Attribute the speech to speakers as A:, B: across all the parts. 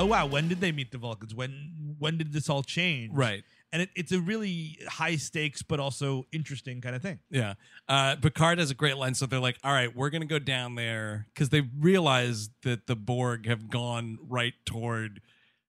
A: Oh, wow, when did they meet the Vulcans? When when did this all change?
B: Right.
A: And it, it's a really high stakes but also interesting kind of thing.
B: Yeah. Uh, Picard has a great line. So they're like, all right, we're going to go down there because they realize that the Borg have gone right toward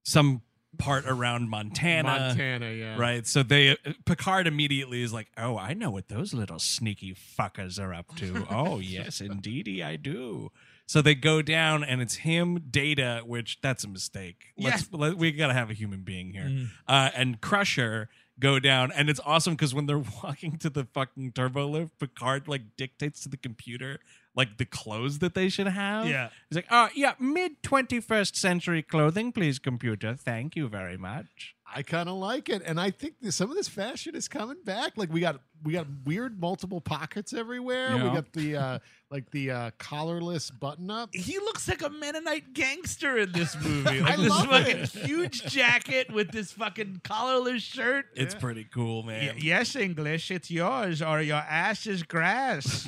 B: some part around Montana.
C: Montana, yeah.
B: Right. So they, Picard immediately is like, oh, I know what those little sneaky fuckers are up to. oh, yes, indeedy, I do. So they go down and it's him, Data, which that's a mistake. Let's, let, we got to have a human being here. Uh, and Crusher go down. And it's awesome because when they're walking to the fucking turbo lift, Picard like dictates to the computer like the clothes that they should have.
A: Yeah.
B: He's like, oh, yeah, mid 21st century clothing, please, computer. Thank you very much.
C: I kind of like it, and I think that some of this fashion is coming back. Like we got we got weird multiple pockets everywhere. We
B: Yeah.
C: got the uh like the uh collarless button up.
A: He looks like a Mennonite gangster in this movie.
C: I
A: Like this
C: love
A: fucking
C: it.
A: huge jacket with this fucking collarless shirt.
B: It's pretty cool,
A: Y-
B: man.
A: yes, English, it's yours, or your ass is grass.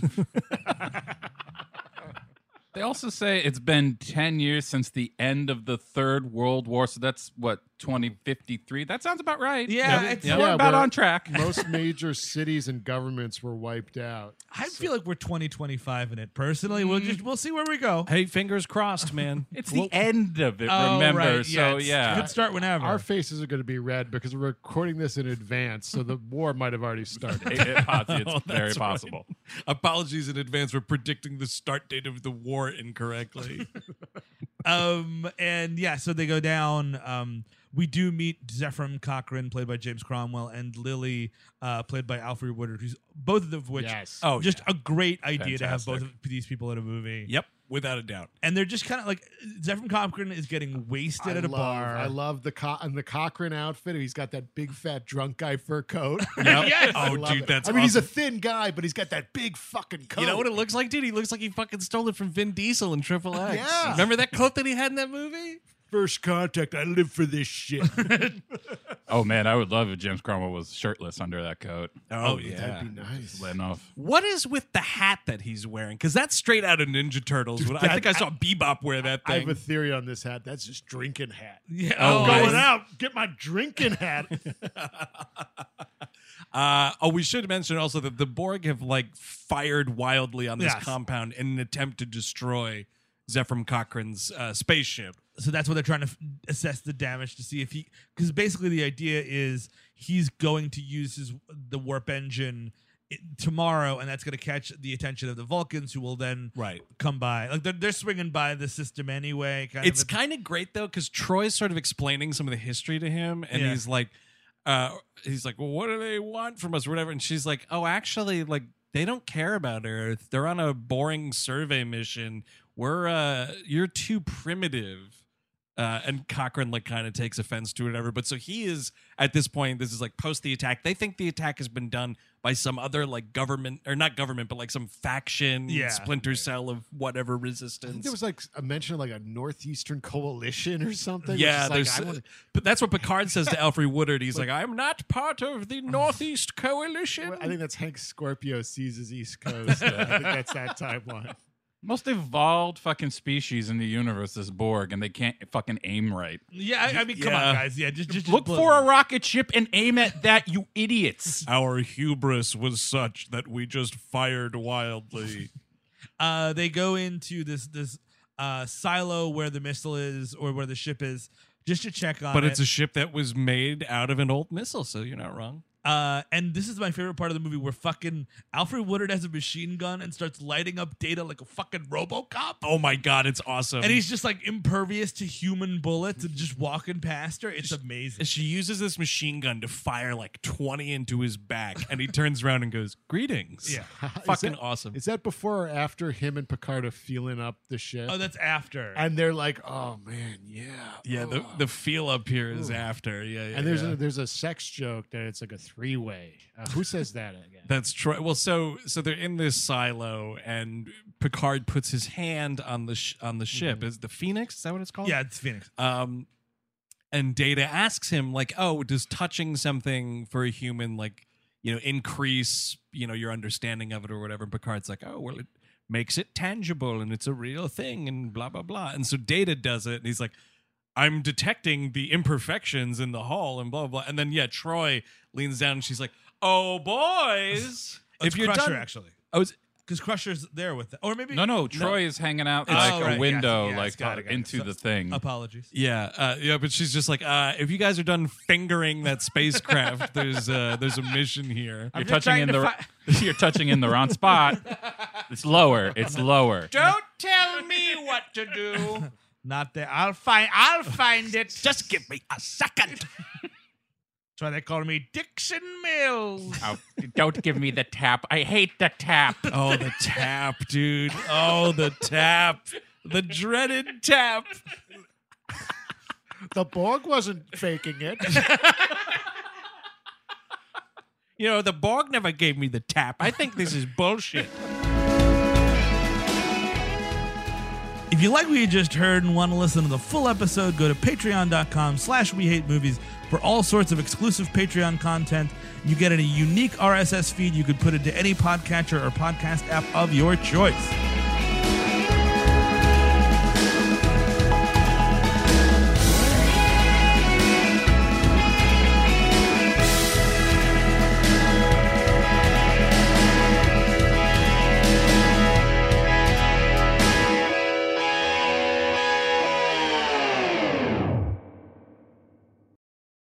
D: They also say it's been 10 years since the end of the Third World War. So that's what, 2053? That sounds about right.
A: Yeah,
D: We're
A: it's-
C: Yeah,
D: about
C: we're-
D: on track.
C: Most major cities and governments were wiped out.
A: I feel like we're 2025 in it. Personally, we'll just we'll see where we go.
B: Hey, fingers crossed, man.
D: It's
B: Well,
D: the end of it,
A: Oh,
D: remember?
A: right,
D: So,
A: it's-
D: yeah.
A: could start whenever.
C: Our faces are going to be red because we're recording this in advance, so the war might have already started.
D: It- it- pots- it's
B: Oh,
D: very
B: that's
D: possible.
B: right. Apologies in advance for predicting the start date of the war incorrectly.
A: um, and yeah, so they go down. Um, we do meet Zephram Cochrane, played by James Cromwell, and Lily, uh, played by Alfred Woodard, who's both of which
C: yes.
B: oh,
A: just a great idea to have both
D: Fantastic.
A: of these people in a movie.
B: yep, without a doubt.
A: And they're just kind of like Zephram Cochrane is getting wasted
C: I
A: at a
C: love,
A: bar.
C: I love the co- and the Cochrane outfit. He's got that big fat drunk guy fur coat.
A: Yes!
C: I
B: Oh,
C: love
B: dude,
C: it.
B: that's
C: I mean, he's a
B: awesome.
C: thin guy, but he's got that big fucking coat.
B: You know what it looks like, dude? He looks like he fucking stole it from Vin Diesel in Triple X.
C: Yeah.
B: Remember that coat that he had in that movie?
C: First contact. I live for this shit.
D: Oh, man, I would love if James Cromwell was shirtless under that coat.
B: Oh,
C: That'd be nice.
D: Letting off.
B: What is with the hat that he's wearing? Because that's straight out of Ninja Turtles. When- I think I saw Bebop wear that
C: I have
B: thing.
C: a theory on this hat. That's just drinking hat.
A: yeah.
D: Oh,
C: Going
D: nice.
C: out, get my drinking hat.
B: Uh, oh, we should mention also that the Borg have like fired wildly on this
A: Yes.
B: compound in an attempt to destroy Zephram Cochrane's uh, spaceship.
A: so that's what they're trying to f- assess the damage to see if he because basically the idea is he's going to use his the warp engine i- tomorrow and that's going to catch the attention of the vulcans who will then
B: Right.
A: come by like they're, they're swinging by the system anyway kind
B: It's
A: of a-
B: kind of great though, because Troy's sort of explaining some of the history to him, and
A: Yeah.
B: he's like, uh, he's like, well, what do they want from us, or whatever? And she's like, oh, actually, like they don't care about Earth. They're on a boring survey mission. We're uh, you're too primitive. Uh, and Cochrane like kind of takes offense to it, whatever. But so he is at this point. This is like post the attack. They think the attack has been done by some other like government or not government, but like some faction,
A: Yeah.
B: splinter cell of whatever resistance.
C: I think there was like a mention of like a northeastern coalition or something. which
B: Yeah,
C: is, like,
B: there's,
C: I wanna-
B: but that's what Picard says to Alfred Woodard. He's like, "I'm not part of the Northeast Coalition."
C: I think that's Hank Scorpio seizes East Coast. I think that's that timeline.
D: Most evolved fucking species in the universe is Borg, and they can't fucking aim right.
A: yeah I, I mean come
B: Yeah.
A: on guys yeah just, just, just
D: Look
A: blow-
D: for a rocket ship and aim at that, you idiots.
B: Our hubris was such that we just fired wildly.
A: uh they go into this this uh silo where the missile is or where the ship is just to check on
B: but
A: it.
B: it's a ship that was made out of an old missile, so you're not wrong.
A: Uh, and this is my favorite part of the movie where fucking Alfred Woodard has a machine gun and starts lighting up data like a fucking Robocop.
B: Oh my god, it's awesome!
A: And he's just like impervious to human bullets and just walking past her. It's amazing.
B: she uses this machine gun to fire like 20 into his back, and he turns around and goes, "Greetings."
A: Yeah.
B: fucking
C: that-
B: awesome.
C: Is that before or after him and Picard are feeling up the ship?
A: Oh, that's after.
C: and they're like, oh man, yeah.
B: Yeah, the,
C: oh."
B: the feel up here is after. Yeah, yeah
C: and there's
B: yeah.
C: a, there's a sex joke that it's like a three way. Uh, who says that again?
B: That's Troy. Well, so so they're in this silo, and Picard puts his hand on the sh- on the ship. Is the Phoenix? Is that what it's called?
A: yeah, it's Phoenix.
B: Um, and Data asks him like, "Oh, does touching something for a human like you know increase you know your understanding of it or whatever?" And Picard's like, "Oh, well, it makes it tangible and it's a real thing and blah blah blah." And so Data does it, and he's like. I'm detecting the imperfections in the hull and blah blah. blah. And then yeah, Troy leans down and she's like, "Oh boys,
A: It's
B: if you're
A: Crusher
B: done,
A: actually,
B: I was
A: because Crusher's there with, the, or maybe
D: No, no. Troy is hanging out
A: It's-
D: like
A: Oh,
D: a
A: right,
D: window,
A: yes, yes,
D: like
A: got it, got it.
D: into
A: So-
D: the thing.
A: Apologies.
B: Yeah, uh, yeah, but she's just like, uh, if you guys are done fingering that spacecraft, there's uh, there's a mission here.
D: You're
A: just
D: touching in
A: trying
D: the
A: to
D: you're touching in the wrong spot. It's lower. It's lower.
B: Don't tell me what to do.
A: Not there. I'll find. I'll find it. That's
B: Just give me a second.
A: why they call me Dixon Mills.
D: Oh, don't give me the tap. I hate the tap.
B: Oh, the tap, dude. Oh, the tap. The dreaded tap.
C: The Borg wasn't faking it.
B: You know, the Borg never gave me the tap. I think this is bullshit.
A: If you like what you just heard and want to listen to the full episode, go to patreon.com slash we hate movies for all sorts of exclusive Patreon content. You get a unique RSS feed you could put into any podcatcher or podcast app of your choice.